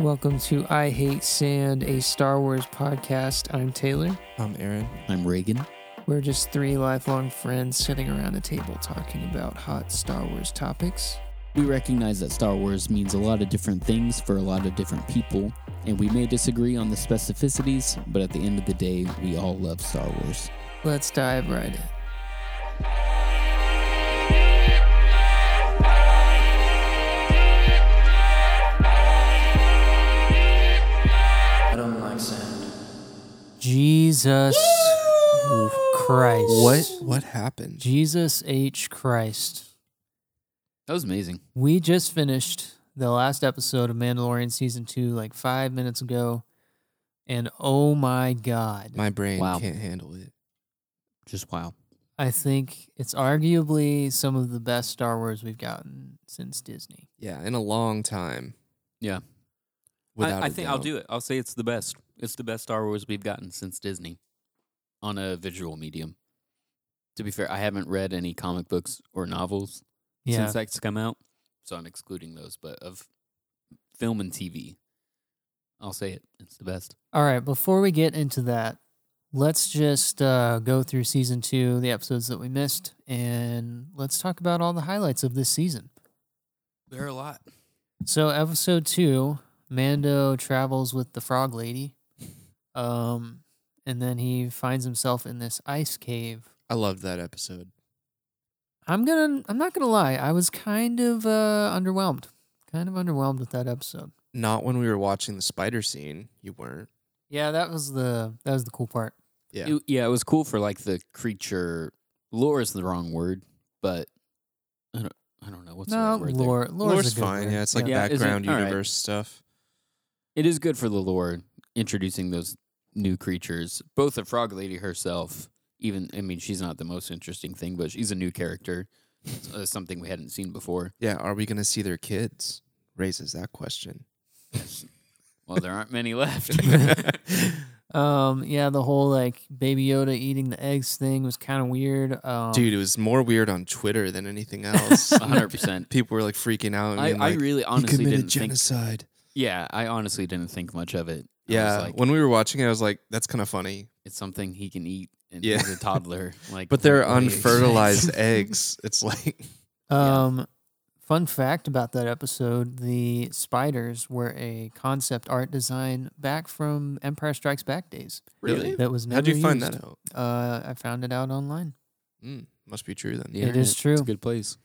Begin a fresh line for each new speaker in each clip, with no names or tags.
Welcome to I Hate Sand, a Star Wars podcast. I'm Taylor.
I'm Um, Aaron.
I'm Reagan.
We're just three lifelong friends sitting around a table talking about hot Star Wars topics.
We recognize that Star Wars means a lot of different things for a lot of different people, and we may disagree on the specificities, but at the end of the day, we all love Star Wars.
Let's dive right in.
I don't like sand.
Jesus Christ.
What what happened?
Jesus H. Christ.
That was amazing.
We just finished the last episode of Mandalorian season two like five minutes ago. And oh my God.
My brain
Wow.
can't handle it.
Just wow.
I think it's arguably some of the best Star Wars we've gotten since Disney.
Yeah, in a long time.
Yeah.
Without
I,
a
think I'll
doubt.
do it. I'll say it's the best. It's the best Star Wars we've gotten since Disney on a visual medium. To be fair, I haven't read any comic books or novels
Yeah.
since that's come out. So I'm excluding those, but of film and TV, I'll say it. It's the best.
All right. Before we get into that, let's just uh, go through season two, the episodes that we missed, and let's talk about all the highlights of this season.
There are a lot.
So episode two, Mando travels with the frog lady, um, and then he finds himself in this ice cave.
I loved that episode.
I'm gonna, I'm not gonna lie, I was kind of uh, underwhelmed, kind of underwhelmed with that episode.
Not when we were watching the spider scene. You weren't.
Yeah, that was the that was the cool part.
Yeah.
It, yeah, it was cool for like the creature. Lore is the wrong word, but I don't, I don't know what's the
no,
right word. there?
lore, lore's,
Lore's
a good
fine.
word.
Yeah, it's like
Yeah, isn't-
background
all right.
universe stuff.
It is good for the lore introducing those new creatures. Both the frog lady herself, even I mean, she's not the most interesting thing, but she's a new character, It's, uh, something we hadn't seen before.
Yeah, are we gonna see their kids? Raises that question.
Well, there aren't many left.
Um, yeah, the whole like Baby Yoda eating the eggs thing was kind of weird. Um,
Dude, it was more weird on Twitter than anything else.
hundred percent.
People were like freaking out. And
I,
being
I
like,
really
he
honestly
committed
didn't think.
genocide.
Yeah, I honestly didn't think much of it. I
yeah,
was like,
when we were watching it, I was like, "That's kind of funny."
it's something he can eat. And
Yeah.
he's a toddler. Like,
But they're
what do you expect?
unfertilized eggs. It's like
Yeah.
Um, fun fact about that episode: the spiders were a concept art design back from Empire Strikes Back days.
really.
That was never
How'd you find
used.
that out?
Uh, I found it out online.
Mm, must be true then.
The
It is
internet, it's
true.
a good place.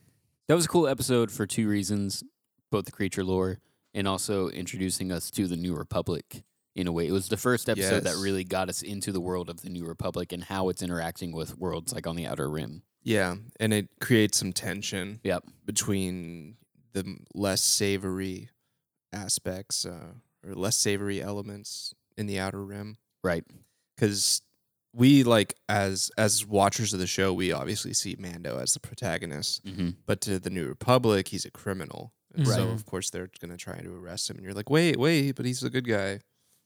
That was a cool episode for two reasons: both the creature lore and also introducing us to the New Republic. In a way, it was the first episode that
Yes.
really got us into the world of the New Republic and how it's interacting with worlds like on the Outer Rim.
Yeah, and it creates some tension.
Yep.
Between the m- less savory aspects uh, or less savory elements in the outer rim,
Right.
because we like as as watchers of the show, we obviously see Mando as the protagonist,
Mm-hmm.
but to the New Republic, he's a criminal. And
Right.
So of course they're gonna try to arrest him, and you're like, wait, wait, but he's a good guy.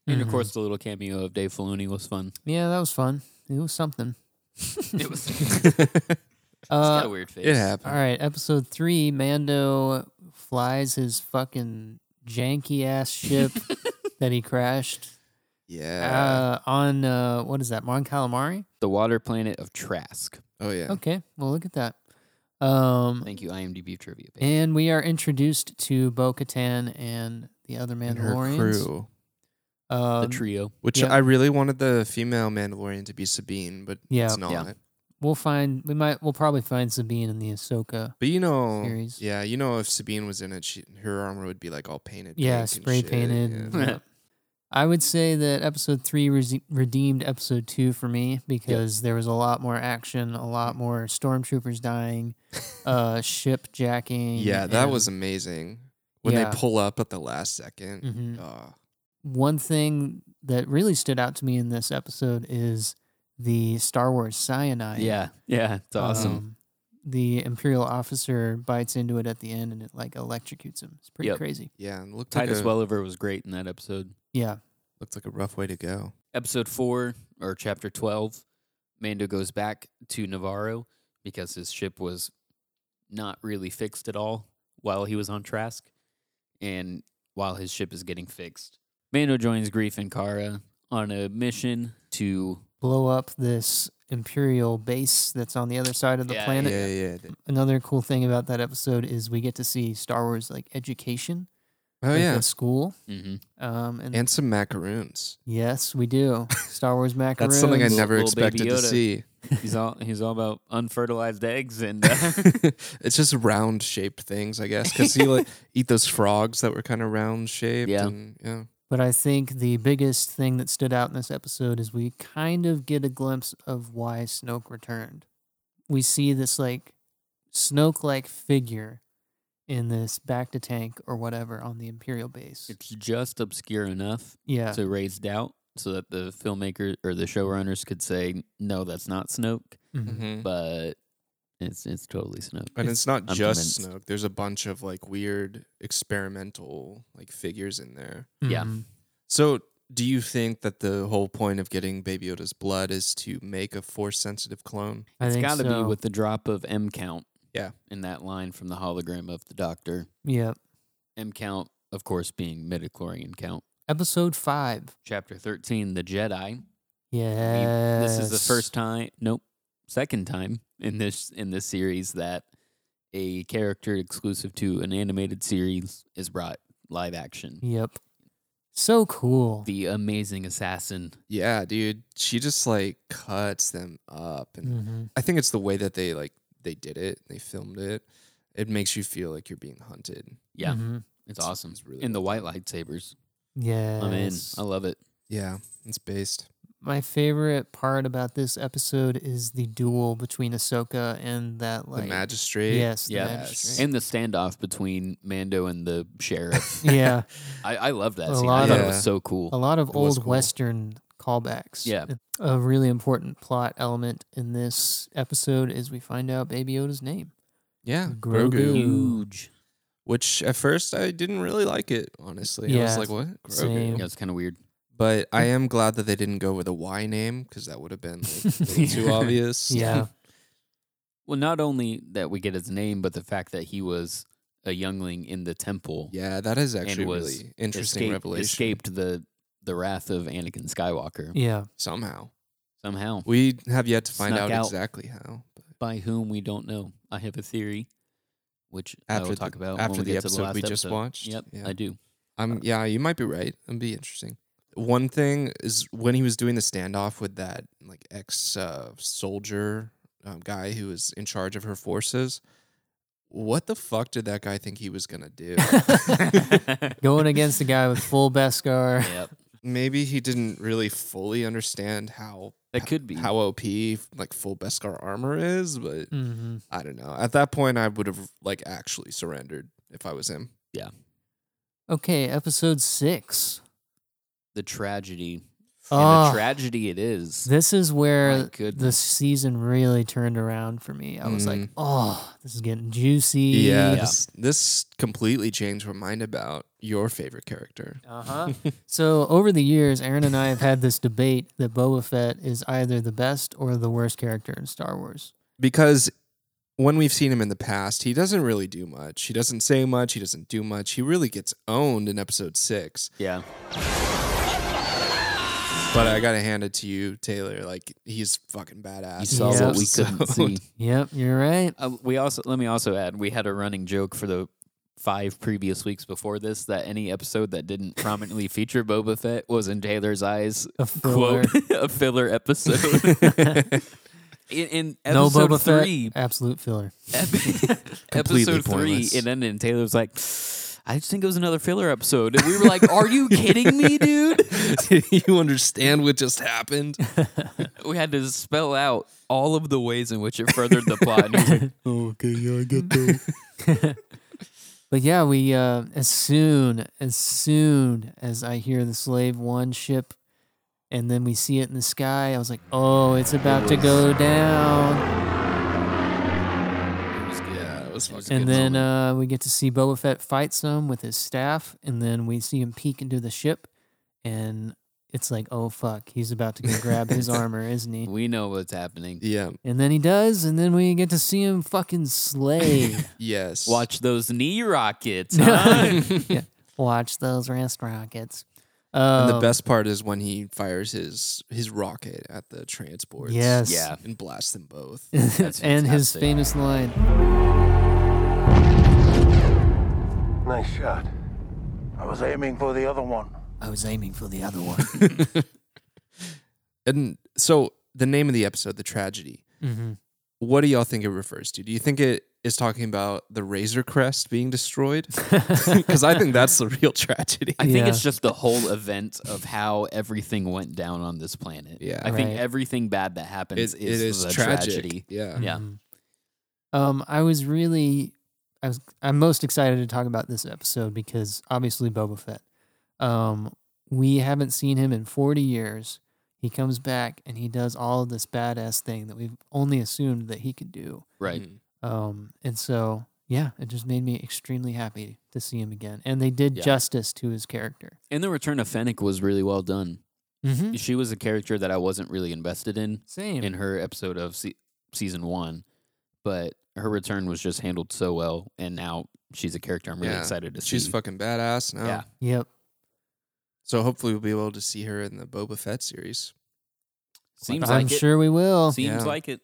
And of
Mm-hmm.
Mhm.
course, the little cameo of Dave Filoni was fun.
Yeah, that was fun. It was something.
It was. it's got a
Uh,
weird face.
It happened.
all right, episode three: Mando flies his fucking janky ass ship that he crashed
Yeah.
uh, on uh, what is that? Mon Calamari.
The water planet of Trask.
oh yeah.
Okay, well look at that. Um,
Thank you, IMDb trivia. Page.
And we are introduced to Bo Katan and the other
And her
Mandalorians.
crew.
Um,
the trio.
Which
Yeah.
I really wanted the female Mandalorian to be Sabine, but
Yeah.
it's not.
Yeah.
We'll find. We might. We'll probably find Sabine in the Ahsoka.
But you know,
Series.
yeah, you know, if Sabine was in it, she, her armor would be like all painted.
yeah,
pink and
spray
shit,
painted.
yeah.
yeah.
yeah. I would say that episode three rese- redeemed episode two for me because there was a lot more action, a lot more stormtroopers dying, uh, ship jacking.
Yeah, that
and
was amazing when
Yeah.
they pull up at the last 2nd
Mhm.
Oh,
One thing that really stood out to me in this episode is the Star Wars cyanide.
Yeah, yeah, it's awesome.
Um, the imperial officer bites into it at the end and it like electrocutes him. It's pretty
Yep.
crazy.
yeah, and looked like
Titus
a,
Welliver was great in that episode.
Yeah.
looked like a rough way to go.
Episode four or chapter twelve, Mando goes back to Navarro because his ship was not really fixed at all while he was on Trask, and while his ship is getting fixed. Mando joins Grief and Kara on a mission to
blow up this imperial base that's on the other side of the
Yeah,
planet.
yeah, yeah. th-
Another cool thing about that episode is we get to see Star Wars like education.
Oh
like,
yeah,
at school.
mm-hmm.
Um, and,
and some macaroons.
yes, we do Star Wars macaroons.
That's something I
Little-
never
little baby
expected to
Yoda.
see.
he's all he's all about unfertilized eggs and uh,
it's just round shaped things, I guess, because he like eat those frogs that were kind of round shaped.
Yeah.
and, yeah.
But I think the biggest thing that stood out in this episode is we kind of get a glimpse of why Snoke returned. We see this like Snoke like figure in this back to tank or whatever on the Imperial base.
it's just obscure enough
yeah.
to raise doubt so that the filmmaker or the showrunners could say no that's not Snoke
Mhm.
Mhm.
but it's Mm-hmm. it's totally Snoke.
And it's, not
I'm
just
convinced.
Snoke. There's a bunch of like weird experimental like figures in there.
Yeah.
Mhm.
So, do you think that the whole point of getting Baby Yoda's blood is to make a force sensitive clone?
I
it's
think
got to
so.
be with the drop of M count.
Yeah.
In that line from the hologram of the doctor.
Yeah.
M count, of course, being midichlorian count.
Episode five.
Chapter 13, The Jedi.
Yeah.
We- This is the first time, nope, second time in this in this series that a character exclusive to an animated series is brought live action.
Yep. So cool.
The amazing assassin.
Yeah, dude. She just like cuts them up and
Mhm.
I think it's the way that they like they did it, they filmed it. It makes you feel like you're being hunted.
Yeah.
Mhm.
It's
It's-
awesome.
it's really
and the white lightsabers.
Yes.
I'm in. I love it.
Yeah, it's based.
My favorite part about this episode is the duel between Ahsoka and that like
the magistrate.
yes, the
Yeah.
magistrate.
And the standoff between Mando and the sheriff.
yeah,
I, I love that
A
scene. I
lot
thought it
of-
was so cool.
a lot of
It was
old
cool.
western callbacks.
Yeah.
a really important plot element in this episode is we find out Baby Yoda's name.
Yeah.
Grogu.
huge.
Which at first I didn't really like it, honestly. I was
Yeah,
like, what? Grogu.
same.
Yeah, it's kind of weird.
But I am glad that they didn't go with a Y name because that would have been like, a little too obvious.
Yeah,
Well, not only that we get his name, but the fact that he was a youngling in the temple,
Yeah, that is actually
was
really interesting
escaped,
revelation.
escaped the the wrath of Anakin Skywalker
yeah,
Somehow.
somehow,
We have yet to find out,
Snuck out.
exactly how. But
by whom we don't know. I have a theory, which I
After
will
the-
talk about
after
when we
the
get to
episode
last
we just
episode.
watched?
Yep,
Yeah.
I do.
Um, yeah, you might be right. It'd be interesting. One thing is when he was doing the standoff with that like ex uh, soldier um, guy who was in charge of her forces. What the fuck did that guy think he was gonna do?
going against a guy with full Beskar.
yep,
Maybe he didn't really fully understand how
that could be.
how OP like full Beskar armor is, but
hmm
I don't know. At that point, I would have like actually surrendered if I was him.
Okay, episode six.
the tragedy, and
Oh,
the tragedy it is.
this is
My
where the
goodness.
season really turned around for me. I was like,
Mm.
oh, this is getting juicy.
Yeah,
Yeah.
This, this completely changed my mind about your favorite character.
Uh-huh. so over the years, Aaron and I have had this debate that Boba Fett is either the best or the worst character in Star Wars.
because when we've seen him in the past, he doesn't really do much. He doesn't say much. He doesn't do much. He really gets owned in episode six.
yeah,
But I gotta hand it to you, Taylor. Like he's fucking badass.
you saw
Yeah.
what we couldn't
So-
see.
Yep, you're right.
Uh, we also let me also add we had a running joke for the five previous weeks before this that any episode that didn't prominently feature Boba Fett was in Taylor's eyes
A filler.
quote a filler episode. in, in
No
episode
Boba
three,
Fett. Absolute filler.
ep-
Completely
episode three,
pointless.
and then and Taylor's like. I just think it was another filler episode. And we were like, Are you kidding me, dude?
Do you understand what just happened?
We had to spell out all of the ways in which it furthered the plot. And he was like,
But yeah, we uh as soon as soon as I hear the Slave One ship and then we see it in the sky, I was like, "Oh, it's about to go down."
it was good.
Yeah, it was
It was a
fucking
good
And then
moment.
uh, we get to see Boba Fett fight some with his staff, and then we see him peek into the ship, and it's like, "Oh fuck, he's about to go grab his armor, isn't he?"
we know what's happening.
Yeah.
And then he does, and then we get to see him fucking slay.
Yes.
Watch those knee rockets. Huh?
Yeah. Watch those wrist rockets.
And
Um,
the best part is when he fires his his rocket at the transports.
Yes.
Yeah.
And blasts them both.
That's
and his
fantastic.
famous line.
Nice shot. I was aiming for the other one.
I was aiming for the other one.
and so the name of the episode, the tragedy.
Mm-hmm.
hmm
What do y'all think it refers to? Do you think it is talking about the Razor Crest being destroyed? Because I think that's the real tragedy.
I think
Yeah.
it's just the whole event of how everything went down on this planet.
Yeah.
I think
Right.
everything bad that happens
It,
is
it is
the
tragic.
tragedy. Mm-hmm.
Yeah.
Yeah.
Mhm. Um, I was really, I was, I'm most excited to talk about this episode because obviously Boba Fett. Um, we haven't seen him in 40 years. He comes back and he does all of this badass thing that we've only assumed that he could do.
Right.
Mhm.
Um, and so, yeah, it just made me extremely happy to see him again. And they did
Yeah.
justice to his character.
And the return of Fennec was really well done.
Mm-hmm.
She was a character that I wasn't really invested in
Same.
in her episode of se- season one, but her return was just handled so well. And now she's a character I'm really
Yeah.
excited to
She's
see.
fucking badass now.
Yeah.
yep.
So hopefully we'll be able to see her in the Boba Fett series.
Seems
I'm
like
sure we will.
it. Seems
Yeah.
like it.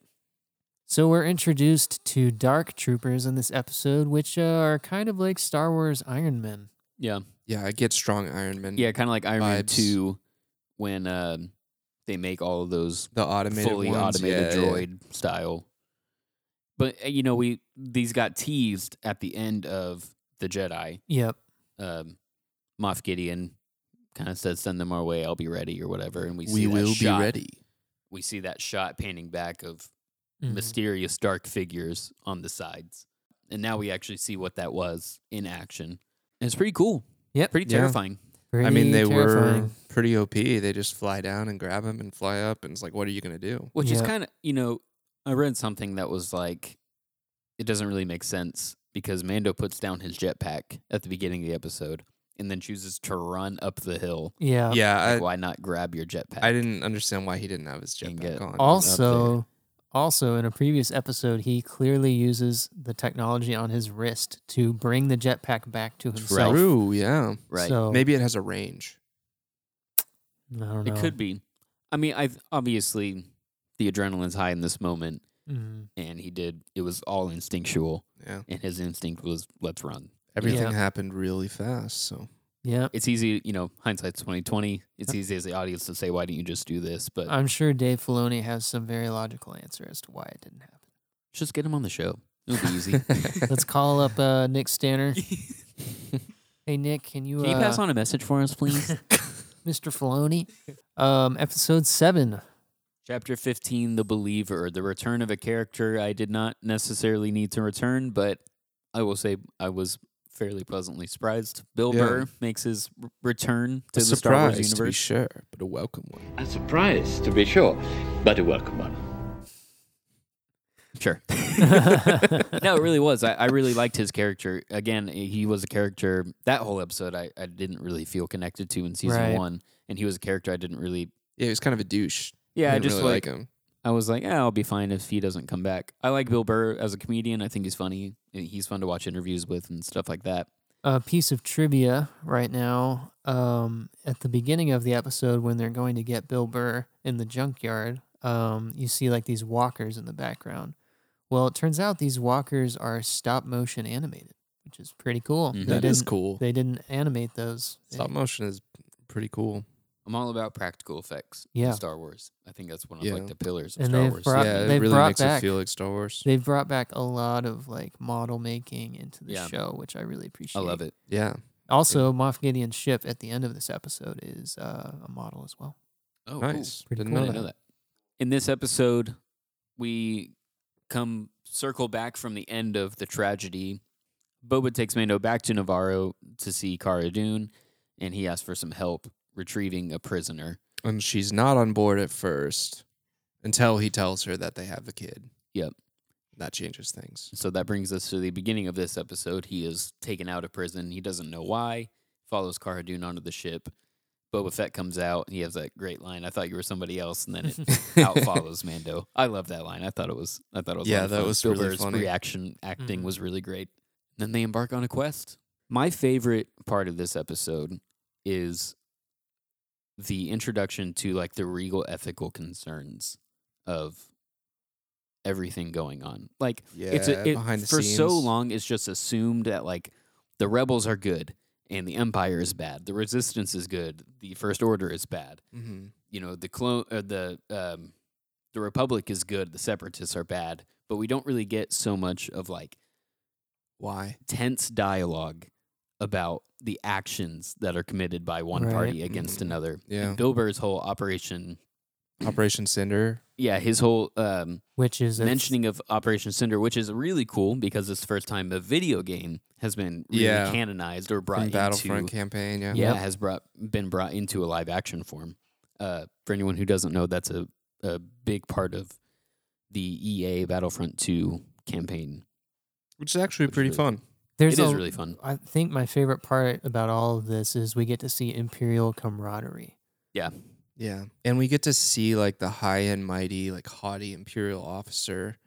So we're introduced to dark troopers in this episode, which uh, are kind of like Star Wars Iron Men.
Yeah.
Yeah, I get strong Iron Man.
Yeah. Kind of like Iron Man
Mm. Vibes.
2 when um, they make all of those
The automated
fully
ones,
automated
yeah, yeah.
droid style. But uh, you know, we these got teased at the end of the Jedi.
Yep.
Um, Moff Gideon kind of said, "Send them our way. I'll be ready," or whatever. And we
We
see that
will be
shot-
ready.
We see that shot panning back of
Mhm.
mysterious dark figures on the sides, and now we actually see what that was in action. And it's pretty cool.
Yep.
pretty
Yeah.
terrifying.
I mean,
Pretty
they were
terrifying.
pretty OP. They just fly down and grab him and fly up, and it's like, what are you gonna do?
Which is
Yeah.
kind of, you know, I read something that was like, it doesn't really make sense because Mando puts down his jetpack at the beginning of the episode and then chooses to run up the hill.
Yeah.
yeah,
Like, why not grab your jetpack?
I, I didn't understand why he didn't have his
And
jetpack
get
on. Uh,
Also, also in a previous episode, he clearly uses the technology on his wrist to bring the jetpack back to himself.
true, yeah.
Right.
So,
Oh. Maybe it has a range.
I don't know.
It could be. I mean, I obviously the adrenaline's high in this moment,
Mhm.
and he did. It was all instinctual,
Yeah,
and his instinct was let's run.
everything
Yeah.
happened really fast. So
Yep.
It's easy, you know. Hindsight's twenty twenty. It's easy as the audience to say, "Why didn't you just do this?" But
I'm sure Dave Filoni has some very logical answer as to why it didn't happen.
just get him on the show. It'll be easy.
Let's call up uh, Nick Stanner. hey, Nick, can you,
Can you
uh,
pass on a message for us, please?
Mr. Filoni. Um, episode seven.
Chapter 15 The Believer, the return of a character I did not necessarily need to return, but I will say I was fairly pleasantly surprised. Bill
Yeah.
Burr makes his r- return to
a
the Star Wars
surprise, to be
universe.
sure, but a welcome one.
A surprise, to be sure, but a welcome one.
Sure. no, it really was. I, I really liked his character. Again, eh, he was a character that whole episode I, I didn't really feel connected to in season
Right.
one. And he was a character I didn't really
Yeah, he was kind of a douche.
Yeah, I
Didn't
just
really
like,
like him.
I was like, yeah, I'll be fine if he doesn't come back. I like Bill Burr as a comedian. I think he's funny. and He's fun to watch interviews with and stuff like that.
A piece of trivia right now. Um, at the beginning of the episode, when they're going to get Bill Burr in the junkyard, um, you see like these walkers in the background. Well, it turns out these walkers are stop motion animated, which is pretty cool.
Mhm.
They
That is
didn't-
cool.
They didn't animate those. They-
Stop motion is pretty cool.
I'm all about practical effects
Yeah.
in Star Wars. I think that's one of
Yeah.
like the pillars of
And
Star
they've
Wars.
brought-
yeah, it
they've
really
brought
makes
back-
it feel like Star Wars.
They've brought back a lot of like model making into the
Yeah.
show, which I really
I
appreciate.
love it.
yeah,
Also, Moff Gideon's ship at the end of this episode is uh, a model as well.
Oh,
nice.
Pretty
Didn't
Cool.
know
I didn't
that.
know that. In this episode, we come circle back from the end of the tragedy. Boba takes Mando back to Navarro to see Cara Dune, and he asks for some help retrieving a prisoner.
and she's not on board at first until he tells her that they have a kid.
Yep.
That changes things.
So that brings us to the beginning of this episode. He is taken out of prison. He doesn't know why. Follows Cara Dune onto the ship. Boba Fett comes out. and He has that great line. I thought you were somebody else, and then it out follows Mando. I love that line. I thought it was. I thought it was. a lot
Yeah,
of
that
fun.
was
Bill
really
Burr's
funny.
reaction acting
Mhm.
was really great. Then they embark on a quest My favorite part of this episode is the introduction to like the regal ethical concerns of everything going on. Like it's
Yeah,
a, it,
behind the
for so
scenes.
long it's just assumed that like the rebels are good and the empire is bad, the resistance is good, the first order is bad.
Mm-hmm.
You know, the clone uh, the um the republic is good, the separatists are bad, but we don't really get so much of like
Why?
tense dialogue about the actions that are committed by one
Right.
party against another.
Mm-hmm. Yeah.
Bill Burr's whole operation,
Operation Cinder.
yeah, his whole um,
which is a-
mentioning of Operation Cinder, which is really cool because it's the first time a video game has been really
Yeah.
canonized or brought
From
into
Battlefront campaign. Yeah.
yeah, has brought been brought into a live action form. Uh, for anyone who doesn't know, that's a a big part of the EA Battlefront Two campaign.
Which is actually
Which is
pretty
really
fun.
there's
it is
a-
really fun.
I think my favorite part about all of this is we get to see imperial camaraderie.
Yeah,
Yeah. And we get to see like the high and mighty, like haughty imperial officer.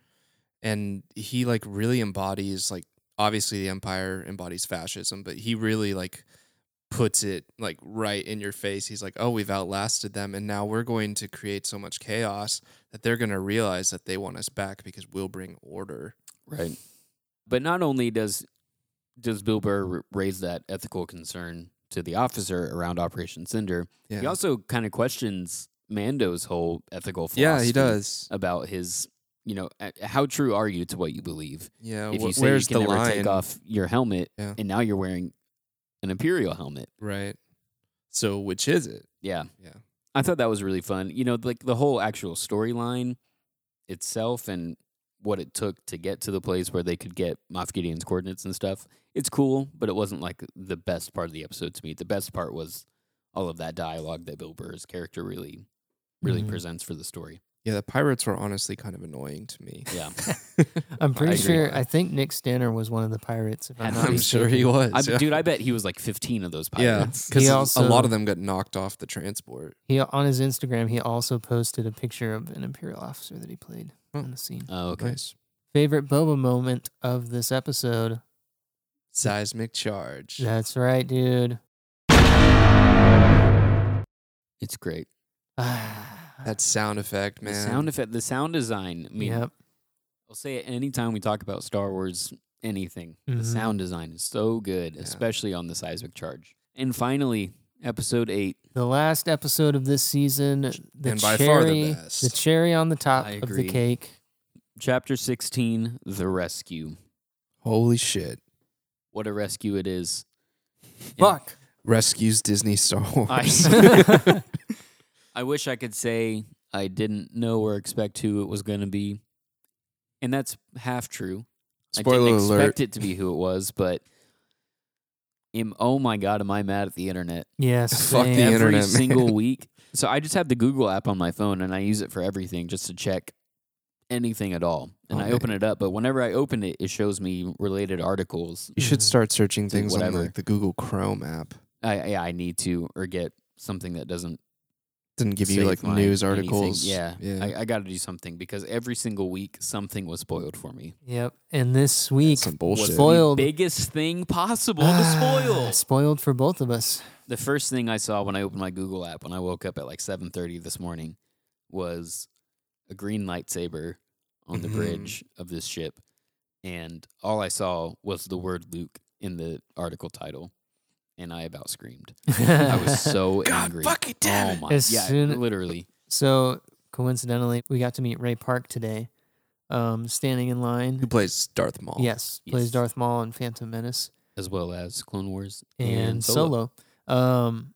And he like really embodies like obviously the empire embodies fascism, but he really like puts it like right in your face. He's like, "Oh, we've outlasted them and now we're going to create so much chaos that they're going to realize that they want us back because we'll bring order."
Right. But not only does does Bill Burr r- raise that ethical concern to the officer around Operation Cinder,
Yeah.
he also kind of questions Mando's whole ethical philosophy.
yeah, he does.
about his, you know, a- how true are you to what you believe?
Yeah,
if
Uh, wh-
you say
where's
you can
the
never
line?
take off your helmet,
Yeah.
and now you're wearing an imperial helmet,
Right. So which is it?
yeah,
Yeah.
I thought that was really fun. You know, like the whole actual storyline itself and what it took to get to the place where they could get Moff Gideon's coordinates and stuff. It's cool, but it wasn't like the best part of the episode to me. The best part was all of that dialogue that Bill Burr's character really, really
Mm-hmm.
Mhm.
presents for the story.
Yeah, the pirates were honestly kind of annoying to me.
Yeah.
I'm pretty
agree.
sure I think Nick Stanner was one of the pirates. If I'm,
And
not
I'm sure he
mistaken.
was.
I,
yeah.
Dude, I bet he was like 15 of those
yeah,
pirates.
He
because a
also-
lot of them got knocked off the transport.
He on his Instagram he also posted a picture of an imperial officer that he played
Oh.
on the scene.
Oh, okay.
Nice.
Favorite Boba moment of this episode.
Seismic charge.
That's right, dude.
It's great.
Ah,
That sound effect, man.
The sound effect, the sound design. I mean,
yep.
I'll say it anytime we talk about Star Wars anything. The
Mhm.
sound design is so good,
Mm-hmm. Yeah.
especially on the seismic charge. And finally, episode eight.
The last episode of this season, the
And by
cherry,
far the best.
the cherry on the top
I
of the
agree.
cake.
Chapter 16, The Rescue.
Holy shit!
What a rescue it is. And
Fuck.
Rescues Disney Star Wars.
I, I wish I could say I didn't know or expect who it was going to be. And that's half true. I
Spoiler
didn't
alert.
expect it to be who it was, but am, oh my God, am I mad at the internet?
Yes.
Fuck the
same.
end.
every
internet, man.
single week. So I just have the Google app on my phone and I use it for everything just to check anything at all. And I
Okay.
open it up, but whenever I open it, it shows me related articles.
you
Mm-hmm.
should start searching things on
whatever.
like the Google Chrome app.
I yeah, I need to or get something that doesn't
Didn't give you
save
like
my
news
anything.
articles.
Yeah,
yeah.
I, I got to do something because every single week something was spoiled for me.
Yep. And this week,
some bullshit.
spoiled.
Biggest thing possible to
Ah,
spoil.
spoiled for both of us.
the first thing I saw when I opened my Google app when I woke up at like 7:30 this morning was a green lightsaber on the
Mhm.
bridge of this ship and all I saw was the word Luke in the article title and I about screamed. I was so angry.
fucking damn
oh my
As
yeah,
soon-
literally.
So coincidentally, we got to meet Ray Park today, um, standing in
Who
line.
plays Darth Maul?
Yes, plays
Yes.
Darth Maul in Phantom Menace
As well as Clone Wars
and, Solo. Um,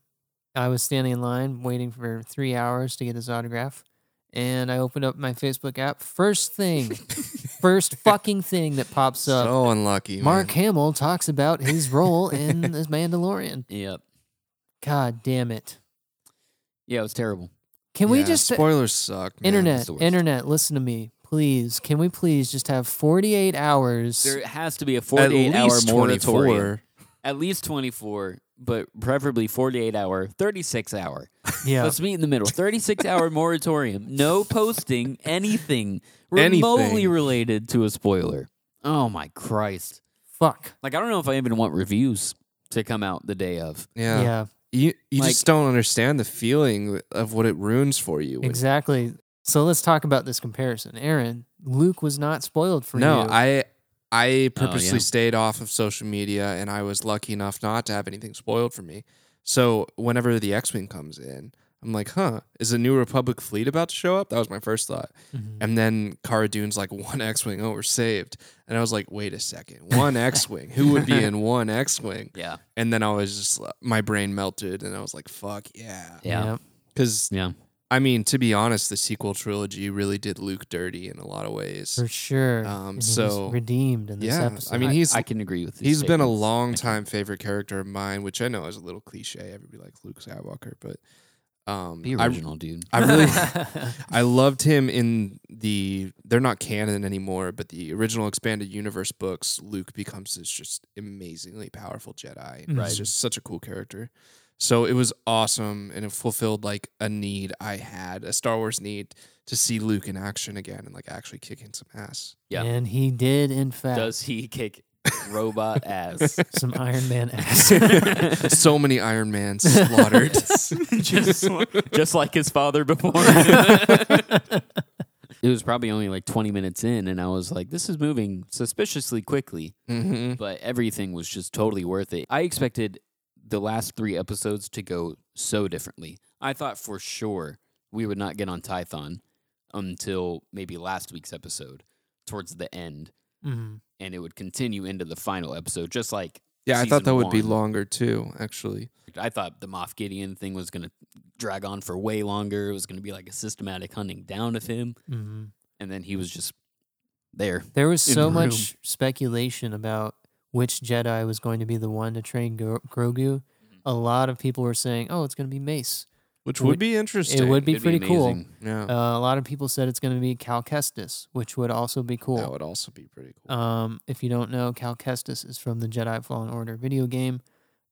I was standing in line waiting for three hours to get his autograph, and I opened up my Facebook app. First thing, first fucking thing that pops up.
So unlucky.
Mark
man.
Hamill talks about his role in The Mandalorian.
Yep.
God damn it!
Yeah, it was terrible.
Can we
Yeah,
just uh,
spoilers suck? man.
Internet,
the worst.
internet, listen to me, please. Can we please just have 48 hours?
There has to be a
At
48 hour
least
moratorium.
24.
At least 24, but preferably 48 hour, 36 hour.
yeah.
Let's meet in the middle. 36 hour moratorium. No posting anything remotely
Anything.
related to a spoiler. Oh my Christ.
Fuck.
Like I don't know if I even want reviews to come out the day of.
Yeah.
Yeah,
You you
Like-
just don't understand the feeling of what it ruins for you. when-
exactly. So let's talk about this comparison. Aaron, Luke was not spoiled for
no,
you.
I I purposely stayed off of social media and I was lucky enough not to have anything spoiled for me. So whenever the X Wing comes in, I'm like, huh, is a new Republic fleet about to show up? That was my first thought.
Mm-hmm.
And then Cara Dune's like, one X Wing, oh, we're saved. And I was like, wait a second, one X Wing? Who would be in one X Wing?
Yeah.
And then I was just, like- my brain melted and I was like, fuck yeah.
Yeah.
Because,
Yeah.
I mean, to be honest, the sequel trilogy really did Luke dirty in a lot of ways.
for sure.
Um,
And he was
so-
redeemed in this
Yeah,
episode.
I mean, he's
I can agree with.
he's
He's
been a long time favorite character of mine, which I know is a little cliche. Everybody likes Luke Skywalker, but um,
Be
I-
original, dude.
I really, I loved him in the. They're not canon anymore, but the original expanded universe books, Luke becomes this just amazingly powerful Jedi.
Mm-hmm.
and
Right.
He's just such a cool character. So it was awesome, and it fulfilled like a need I had, a Star Wars need to see Luke in action again and like actually kicking some ass.
yeah.
And he did, in fact,
Does he kick robot ass?
some Iron Man ass.
so many Iron Man slaughtered.
just, just like his father before. it was probably only like 20 minutes in, and I was like, this is moving suspiciously quickly,
hmm
but everything was just totally worth it. I expected the last three episodes to go so differently. I thought for sure we would not get on Tython until maybe last week's episode, towards the end,
Mhm.
and it would continue into the final episode, just like.
Yeah, I thought
season
that would be
one.
longer too, actually.
I thought the Moff Gideon thing was going to drag on for way longer. It was going to be like a systematic hunting down of him.
Mhm.
And then he was just there.
There was
In
so
the
much speculation about which Jedi was going to be the one to train Gro- Grogu. A lot of people were saying, "Oh, it's going to be Mace."
Which
Would-
would be interesting.
It would be
It'd
pretty cool.
amazing.
Yeah.
Uh, a lot of people said it's going to be Cal Kestis, which would also be cool.
That would also be pretty cool.
Um, if you don't know, Cal Kestis is from the Jedi Fallen Order video game,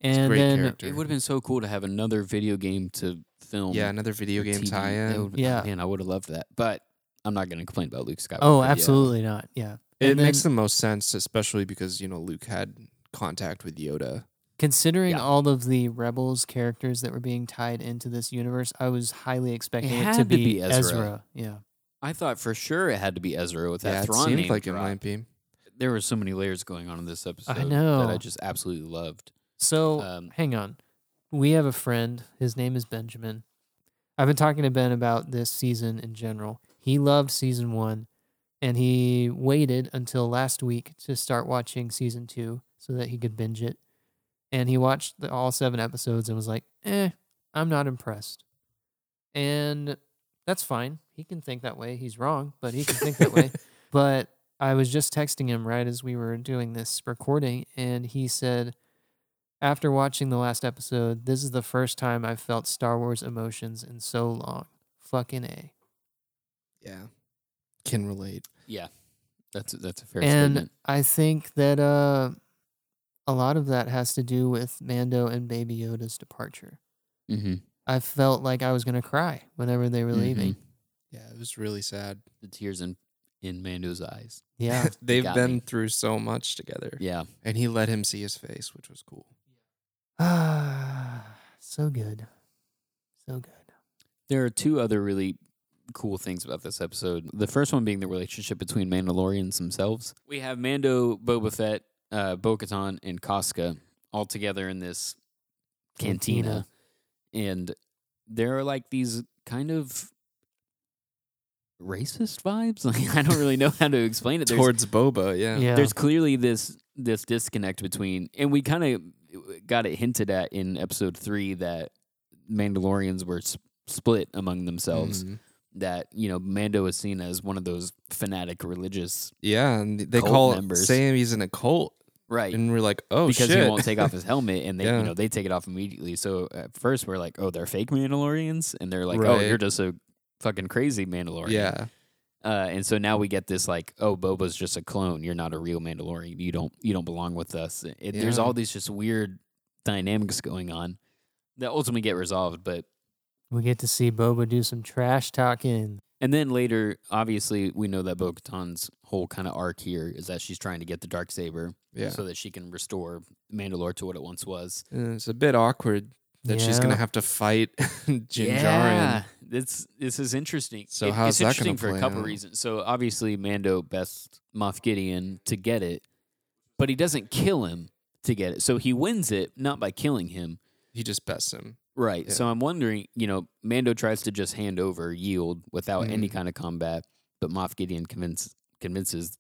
and
great
then
character.
It would have been so cool to have another video game to film.
yeah, another video
for
game
TV. That
tie-in.
would've-
Yeah.
Man, I would have loved that. But I'm not going to complain about Luke Skywalker.
oh,
Yeah.
absolutely not. Yeah,
It
And
makes
then-
the most sense, especially because you know Luke had contact with Yoda.
Considering
Yeah.
all of the Rebels characters that were being tied into this universe, I was highly expecting it,
had
to
to
be,
be Ezra.
Ezra. Yeah.
I thought for sure it had to be Ezra with that
yeah, it
Thrawn
seemed
name
like it
drop.
might be.
There were so many layers going on in this episode that I
know.
just absolutely loved.
So
Um,
hang on. We have a friend. His name is Benjamin. I've been talking to Ben about this season in general. He loved season one and he waited until last week to start watching season two so that he could binge it. And he watched the, all seven episodes and was like, eh, I'm not impressed. And that's fine. He can think that way. He's wrong, but he can think that way. But I was just texting him right as we were doing this recording, and he said, after watching the last episode, this is the first time I've felt Star Wars emotions in so long. Fucking A.
Yeah, can relate.
Yeah. That's a, that's a fair
and
statement.
I think that uh, a lot of that has to do with Mando and Baby Yoda's departure.
Mm-hmm.
I felt like I was going to cry whenever they were leaving.
Yeah, it was really sad.
The tears in, in Mando's eyes.
Yeah.
They've
got
been
me.
through so much together,
Yeah.
and he let him see his face, which was cool.
so good. So good.
There are two other really cool things about this episode. The first one being the relationship between Mandalorians themselves. We have Mando, Boba Fett, uh, Bo Katan, and Casca all together in this cantina. And there are like these kind of racist vibes. Like, I don't really know how to explain it. There's
Towards Boba, yeah.
Yeah.
there's clearly this this disconnect between and we kind of got it hinted at in episode 3 that Mandalorians were s- split among themselves
Mhm.
that you know Mando is seen as one of those fanatic religious
Yeah, and they
Cult
call
members.
saying he's in a cult,
right
and we're like, oh
because
shit.
he won't take off his helmet and they
Yeah.
you know they take it off immediately so at first we're like oh they're fake Mandalorians and they're like oh
Right.
you're just a fucking crazy Mandalorian
yeah,
uh, and so now we get this like, oh, Boba's just a clone. You're not a real Mandalorian. You don't you don't belong with us. It, There's
Yeah.
all these just weird dynamics going on that ultimately get resolved. But
We get to see Boba do some trash talking.
And then later, obviously, we know that Bo Katan's whole kind of arc here is that she's trying to get the dark saber
Yeah.
so that she can restore Mandalore to what it once was.
And it's a bit awkward that she's
Yeah.
gonna have to fight Jin Djarin.
This this is interesting.
So
It-
how's
it's
that gonna
interesting for a
play
couple
out?
reasons. So obviously Mando best Moff Gideon to get it, but he doesn't kill him to get it. So he wins it not by killing him.
He just bests him.
Right.
Yeah.
So I'm wondering, you know, Mando tries to just hand over, yield without any
Mm-hmm.
kind of combat, but Moff Gideon convince, convinces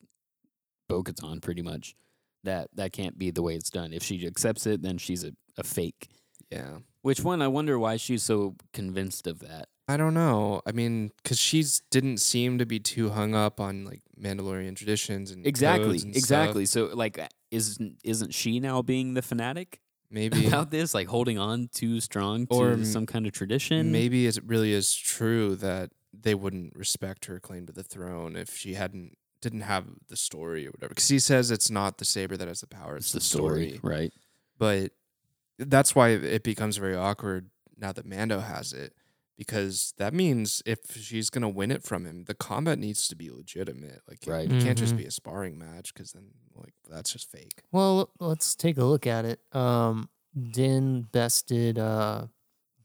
Bo Katan pretty much that that can't be the way it's done. If she accepts it, then she's a, a fake.
Yeah.
Which one? I wonder why she's so convinced of that.
I don't know. I mean, because she didn't seem to be too hung up on like Mandalorian traditions and codes
Exactly.
and stuff.
Exactly. So like uh, isn't isn't she now being the fanatic
Maybe
about this? Like holding on too strong to
Or m-
some kind of tradition?
maybe it really is true that they wouldn't respect her claim to the throne if she hadn't didn't have the story or whatever. Because he says it's not the saber that has the power; it's,
it's the story, right?
but that's why it becomes very awkward now that Mando has it because that means if she's gonna win it from him, the combat needs to be legitimate. Like,
Right.
it can't just
Mhm.
be a sparring match because then like that's just fake.
Well, let's take a look at it. Um, Din bested uh,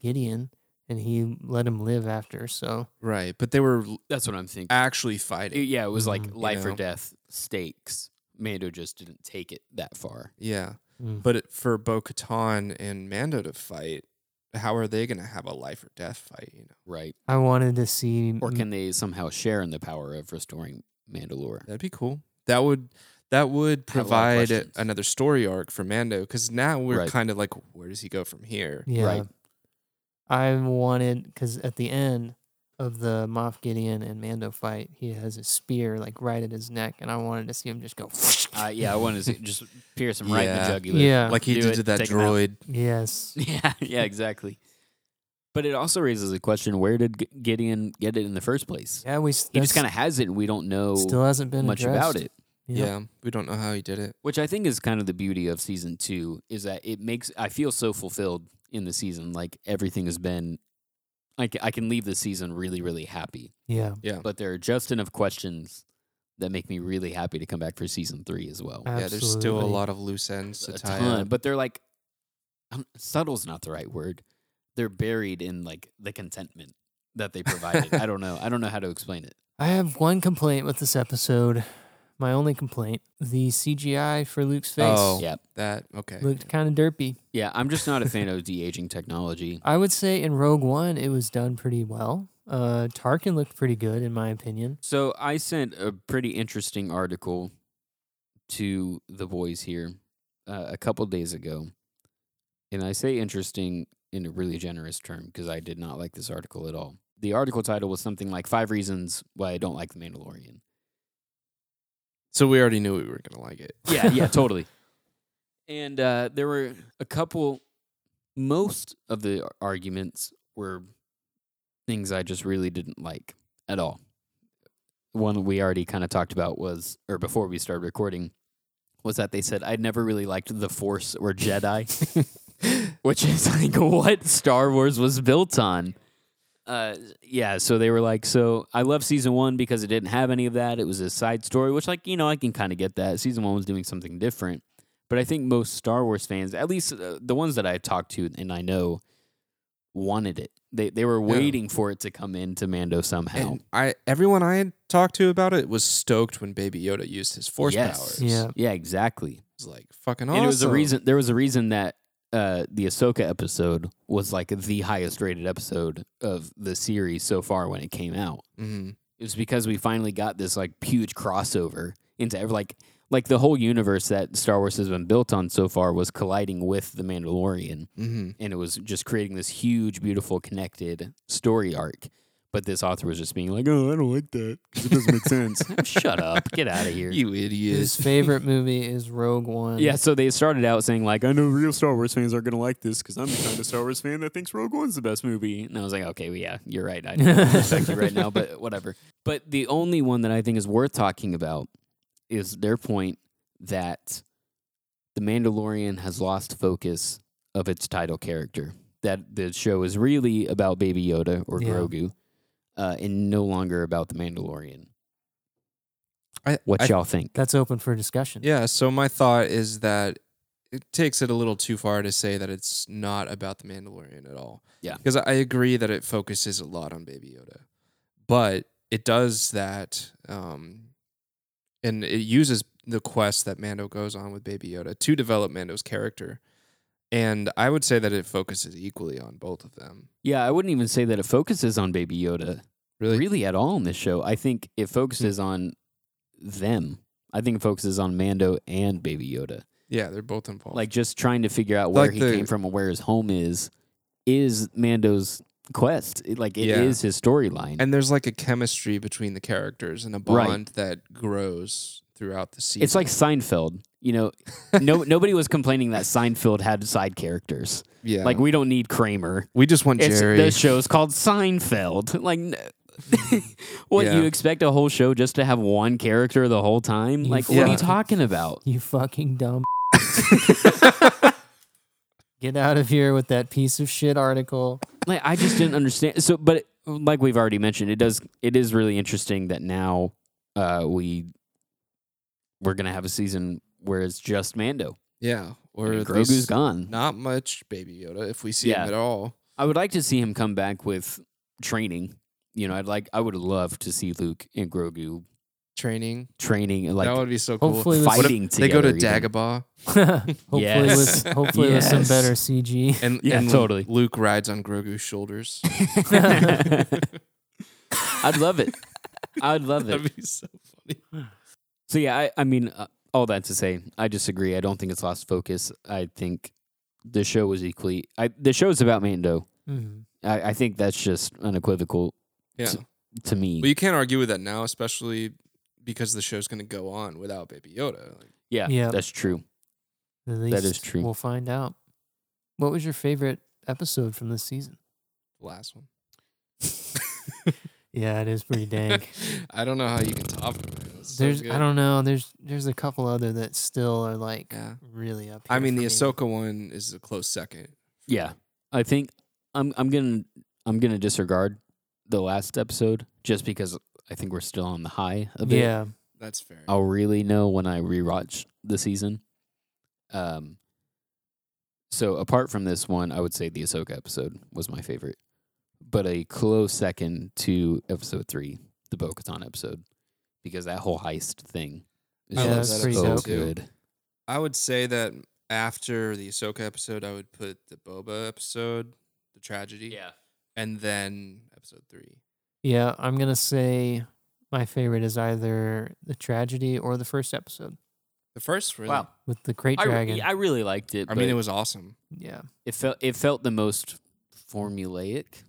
Gideon, and he let him live after. So
Right, but they were l-
That's what I'm thinking.
actually
It-
fighting.
yeah, it was like
Mhm.
life or
Mm, know?
death stakes. Mando just didn't take it that far.
Yeah,
Mm.
but it, for Bo Katan and Mando to fight, how are they gonna have a life or death fight? You know,
Right.
I wanted to see.
Or can they somehow share in the power of restoring Mandalore?
that'd be cool. That would that would
I have a lot of
provide
questions.
another story arc for Mando because now we're
Right.
kind of like, where does he go from here?
yeah,
Right.
I wanted because at the end of the Moff Gideon and Mando fight, he has a spear like right at his neck, and I wanted to see him just go.
Uh, yeah, I want to see, just pierce him right in the
Yeah.
jugular.
yeah.
like he
Do
did
it,
to that
take him out.
droid.
yes.
Yeah, yeah, exactly. But it also raises the question: Where did G- Gideon get it in the first place?
Yeah. We.
He just kind of has it, and we don't know
still hasn't been
much
addressed.
about it.
Yep.
Yeah, we don't know how he did it.
Which I think is kind of the beauty of season two is that it makes I feel so fulfilled in the season. Like everything has been, I ca- I can leave the season really, really happy.
Yeah.
Yeah,
But there are just enough questions that make me really happy to come back for season three as well.
Absolutely.
yeah. There's still a lot of loose ends to
a
tie
ton,
up.
but they're like um, subtle's not the right word. They're buried in like the contentment that they provided. I don't know. I don't know how to explain it.
I have one complaint with this episode. My only complaint: the CGI for Luke's face
Oh,
Yeah,
that okay.
looked kind of derpy.
yeah. I'm just not a fan of de aging technology.
I would say in Rogue One, it was done pretty well. Uh, Tarkin looked pretty good, in my opinion.
So I sent a pretty interesting article to the boys here uh, a couple days ago, and I say interesting in a really generous term because I did not like this article at all. The article title was something like Five Reasons Why I Don't Like The Mandalorian.
So we already knew we were gonna like it.
Yeah, yeah, totally. And uh, there were a couple. Most of the ar- arguments were things I just really didn't like at all. One we already kind of talked about was, or before we started recording, was that they said I'd never really liked the Force or Jedi, which is like what Star Wars was built on. Uh, yeah, so they were like, so I love season one because it didn't have any of that. It was a side story, which, like, you know, I can kind of get that. Season one was doing something different. But I think most Star Wars fans, at least uh, the ones that I talked to and I know, wanted it. They, they were waiting for it to come into Mando somehow.
And I everyone I had talked to about it was stoked when Baby Yoda used his force
Yes.
powers.
Yeah.
yeah, exactly.
It was like fucking awesome.
And it was a reason. There was a reason that uh, the Ahsoka episode was like the highest rated episode of the series so far when it came out.
Mhm.
It was because we finally got this like huge crossover into every, like like the whole universe that Star Wars has been built on so far was colliding with the Mandalorian,
Mhm.
and it was just creating this huge, beautiful, connected story arc. But this author was just being like, "Oh, I don't like that. 'cause It doesn't make sense. Shut up. Get out of here."
You idiot.
His favorite movie is Rogue One.
Yeah, so they started out saying like, "I know real Star Wars fans aren't gonna like this because I'm the kind of Star Wars fan that thinks Rogue One's the best movie." And I was like, "Okay, well, yeah, you're right. I don't respect you right now, but whatever." But the only one that I think is worth talking about is their point that the Mandalorian has lost focus of its title character. That the show is really about Baby Yoda or
Yeah.
Grogu, uh, and no longer about the Mandalorian.
I,
What
I-
y'all think?
That's open for discussion.
Yeah, so my thought is that it takes it a little too far to say that it's not about the Mandalorian at all.
Yeah.
Because I agree that it focuses a lot on Baby Yoda, but it does that, um, and it uses the quest that Mando goes on with Baby Yoda to develop Mando's character. And I would say that it focuses equally on both of them.
Yeah, I wouldn't even say that it focuses on Baby Yoda really, at all in this show. I think
Hmm.
it focuses on them. I think it focuses on Mando and Baby Yoda.
Yeah, they're both involved.
Like just trying to figure out where
Like
he
the-
came from and where his home is is Mando's quest. It- like it is
Yeah.
his storyline.
and there's like a chemistry between the characters and a
Right.
bond that grows throughout the season.
It's like Seinfeld. You know, no nobody was complaining that Seinfeld had side characters.
yeah,
Like we don't need Kramer.
We just want
It's,
Jerry.
the show's called Seinfeld. Like, n- what
Yeah.
you expect a whole show just to have one character the whole time?
You
Like, what are
Yeah.
you talking about?
You fucking dumb. Get out of here with that piece of shit article.
Like, I just didn't understand. So, but like we've already mentioned, it does. It is really interesting that now uh, we we're gonna have a season where it's just Mando.
yeah, or
Or
at least
Grogu's gone.
Not much Baby Yoda if we see
Yeah.
him at all.
I would like to see him come back with training. You know, I'd like. I would love to see Luke and Grogu
Training
training. and, Like,
that would be so cool.
Hopefully with-
What if
Fighting
they go to
together even.
Dagobah
hopefully
Yes.
with hopefully with some
Yes.
better CG.
and
Yeah,
and
totally.
Luke rides on Grogu's shoulders.
I'd love it. I'd love it.
That'd be so funny.
So yeah, I, I mean, uh, all that to say, I disagree. I don't think it's lost focus. I think the show was equally. I the show is about Mando.
Mhm.
I, I think that's just unequivocal
Yeah,
to me.
well, you can't argue with that now, especially because the show's going to go on without Baby Yoda. Like,
yeah,
Yeah.
that's true.
At
That is
least
true.
We'll find out. What was your favorite episode from this season?
the last one.
Yeah, it is pretty dank.
I don't know how you can top it. man. It's so
there's
good.
I don't know. There's there's a couple other that still are like
Yeah.
really up. Here
I mean, the
for me.
Ahsoka one is a close second.
Yeah, I think I'm I'm gonna I'm gonna disregard the last episode just because I think we're still on the high of it.
Yeah,
That's fair.
I'll really know when I rewatch the season. Um, so apart from this one, I would say the Ahsoka episode was my favorite, but a close second to episode three, the Bo-Katan episode, because that whole heist thing is
I love
just
that
so
episode too.
good.
I would say that after the Ahsoka episode, I would put the Boba episode, the tragedy, and then episode three.
yeah. I'm gonna say my favorite is either the tragedy or the first episode
The first, really.
Wow.
with the crate
I,
dragon.
re- I really liked it.
I mean, it
was
was awesome.
yeah,
it felt it felt the most formulaic.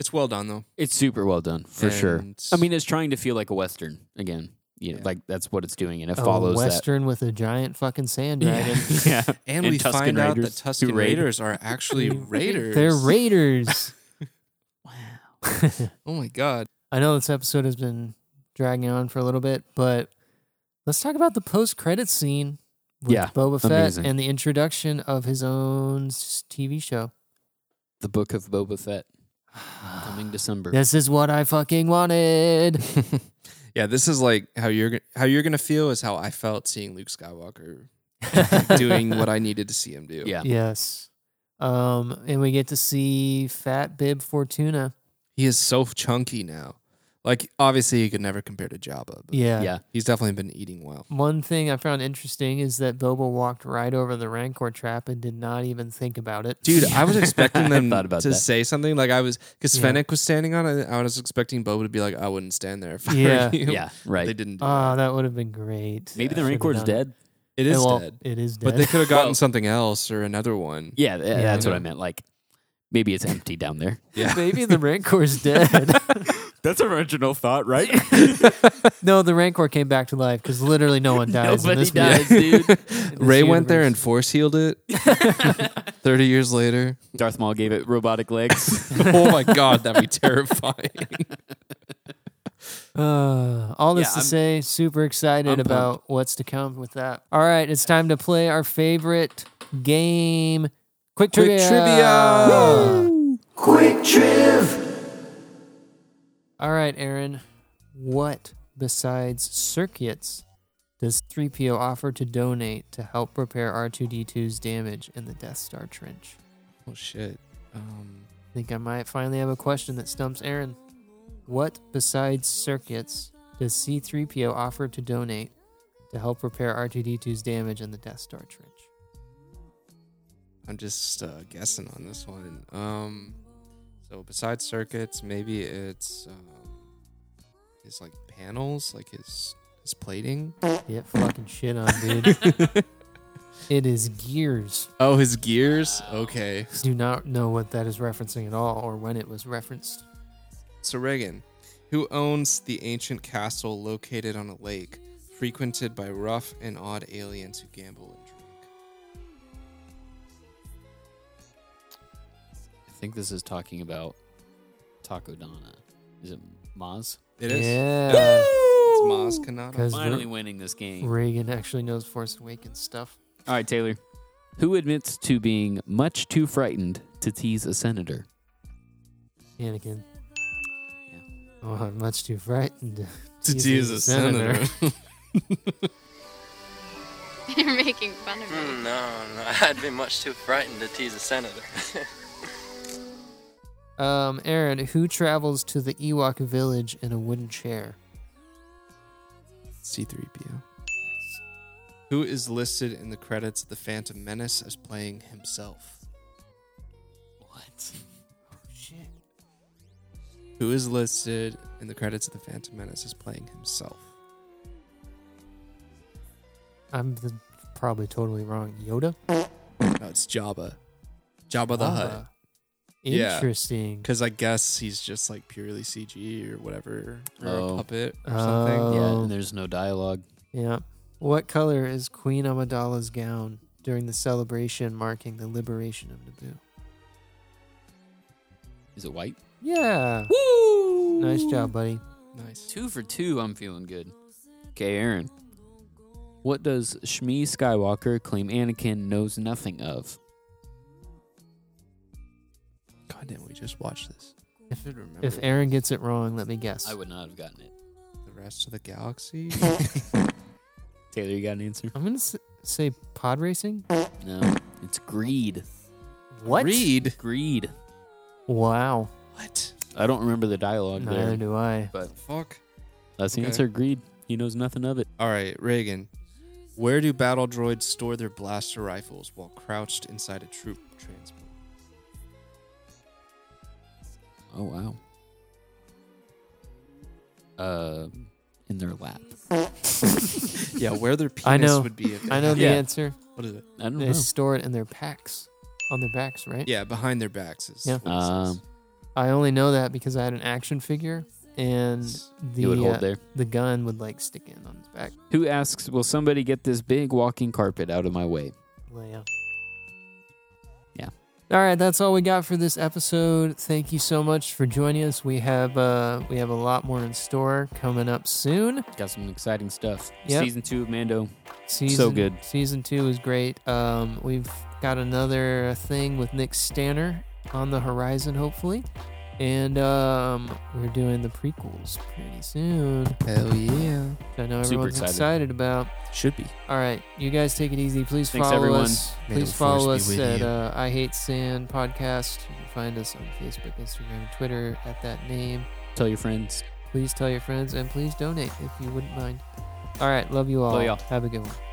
It's well done though.
It's super well done for sure.
And-
I mean, it's trying to feel like a western again. You know,
Yeah.
like that's what it's doing, and it
a
follows that.
western with a giant fucking sand dragon.
yeah.
And, we
Tusken
find out that
Raiders who
Tuscan
raid.
Raiders are actually raiders.
They're raiders. wow.
Oh my god.
I know this episode has been dragging on for a little bit, but let's talk about the post credit scene with
Yeah,
Boba Fett
amazing.
and the introduction of his own s- TV show.
The Book of Boba Fett coming December.
This is what I fucking wanted.
yeah, this is like how you're gon- how you're gonna feel is how I felt seeing Luke Skywalker doing what I needed to see him do.
Yeah.
Yes. Um, and we get to see Fat Bib Fortuna.
He is so chunky now. Like obviously he could never compare to Jabba, but
Yeah.
yeah.
he's definitely been eating well.
One thing I found interesting is that Boba walked right over the Rancor trap and did not even think about it.
Dude, I was expecting
I
them
thought about
to
that.
say something like I was because
Yeah.
Fennec was standing on it. I was expecting Boba to be like, "I wouldn't stand there." If I were
Yeah.
you."
Yeah,
But
right. Uh,
They didn't. Do
Oh, that would have been great.
Maybe the
Should've
Rancor's
done it.
dead.
that. It is
Well,
dead,
It is dead.
but they could have gotten
Well-
something else or another one.
Yeah, th-
Yeah.
that's what I meant. Like, maybe it's empty down there.
Yeah.
Maybe the Rancor's dead.
That's original thought, right?
no, the Rancor came back to life because literally no one dies in
Nobody
this
dies, dude.
movie.
Ray went there and force healed it. Thirty years later.
Darth Maul gave it robotic legs.
oh my god, that'd be terrifying.
Uh, all this
Yeah,
to
I'm-
say, super excited
I'm
about what's to come with that. All right, it's time to play our favorite game, Quick Trivia.
Oh, trivia.
Quick Triv!
All right, Aaron. What besides circuits does 3PO offer to donate to help repair R2D2's damage in the Death Star trench?
Oh shit. Um,
I think I might finally have a question that stumps Aaron. What besides circuits does C3PO offer to donate to help repair R2D2's damage in the Death Star trench?
I'm just uh, guessing on this one. Um, so besides circuits, maybe it's um, his like panels, like his his plating.
Get fucking shit on, dude. it is gears.
Oh, his gears. Okay.
Do not know what that is referencing at all or when it was referenced.
So Reagan, who owns the ancient castle located on a lake, frequented by rough and odd aliens who gamble and drink?
I think this is talking about Taco Donna. Is it Maz?
It is.
Yeah.
It's Maz Kanata.
'Cause
Finally
Re-
winning this game.
Reagan actually knows Force Awakens stuff.
All right, Taylor. Who admits to being much too frightened to tease a senator?
Anakin.
Yeah.
Oh, I'm much too frightened.
To
He's
tease a senator.
You're making fun of me.
Mm, no, no, I'd be much too frightened to tease a senator.
Um, Aaron, who travels to the Ewok village in a wooden chair?
C3PO. Who is listed in the credits of The Phantom Menace as playing himself?
What?
Who is listed in the credits of The Phantom Menace as playing himself?
I'm the, probably totally wrong. Yoda?
No, it's Jabba. Jabba the Hutt.
Wamba.
Yeah.
Interesting.
Because I guess he's just like purely CG or whatever, or a
Oh.
puppet or
Oh.
something.
Yeah, and there's no dialogue.
Yeah. What color is Queen Amidala's gown during the celebration marking the liberation of Naboo?
Is it white?
Yeah.
Woo!
Nice job, buddy.
Nice.
Two for two. I'm feeling good. Okay, Aaron. What does Shmi Skywalker claim Anakin knows nothing of?
God damn, we just watched this. I should remember
If Aaron gets it wrong, let me guess.
I would not have gotten it.
the rest of the galaxy.
Taylor, you got an answer?
I'm going to s- say pod racing.
No. It's greed.
What?
Read.
Greed.
Wow.
What?
I don't remember the dialogue
Neither
there.
do I.
But
Fuck.
that's the
Okay.
answer. Greed. He knows nothing of it.
All right, Reagan. Where do battle droids store their blaster rifles while crouched inside a troop transport?
Oh wow. Uh, in their lap.
Yeah, where their penis
I know.
would be. If they
I know the
Yeah.
answer.
What is it?
I don't
They
know.
store it in their packs, on their backs, right?
Yeah, behind their backs. Is
Yeah.
what it says.
Um,
I only know that because I had an action figure and the
It would hold
uh,
there.
the gun would like stick in on his back.
Who asks? Will somebody get this big walking carpet out of my way?
Leia.
Yeah.
All right, that's all we got for this episode. Thank you so much for joining us. We have uh we have a lot more in store coming up soon.
Got some exciting stuff.
Yep.
Season two of Mando.
Season,
good.
Season two is great. Um, we've got another thing with Nick Stanner on the horizon, hopefully, and um, we're doing the prequels pretty soon.
Hell yeah.
I know
Super
everyone's
excited.
excited about.
Should be.
All right, you guys take it easy. Please
Thanks,
follow
everyone.
us.
May
Please
the force
follow
be
us
with
at
you.
uh, I Hate Sand Podcast. You can find us on Facebook, Instagram, and Twitter at that name.
Tell your friends.
Please tell your friends and please donate if you wouldn't mind. All right, love you all.
Love y'all.
Have a good one.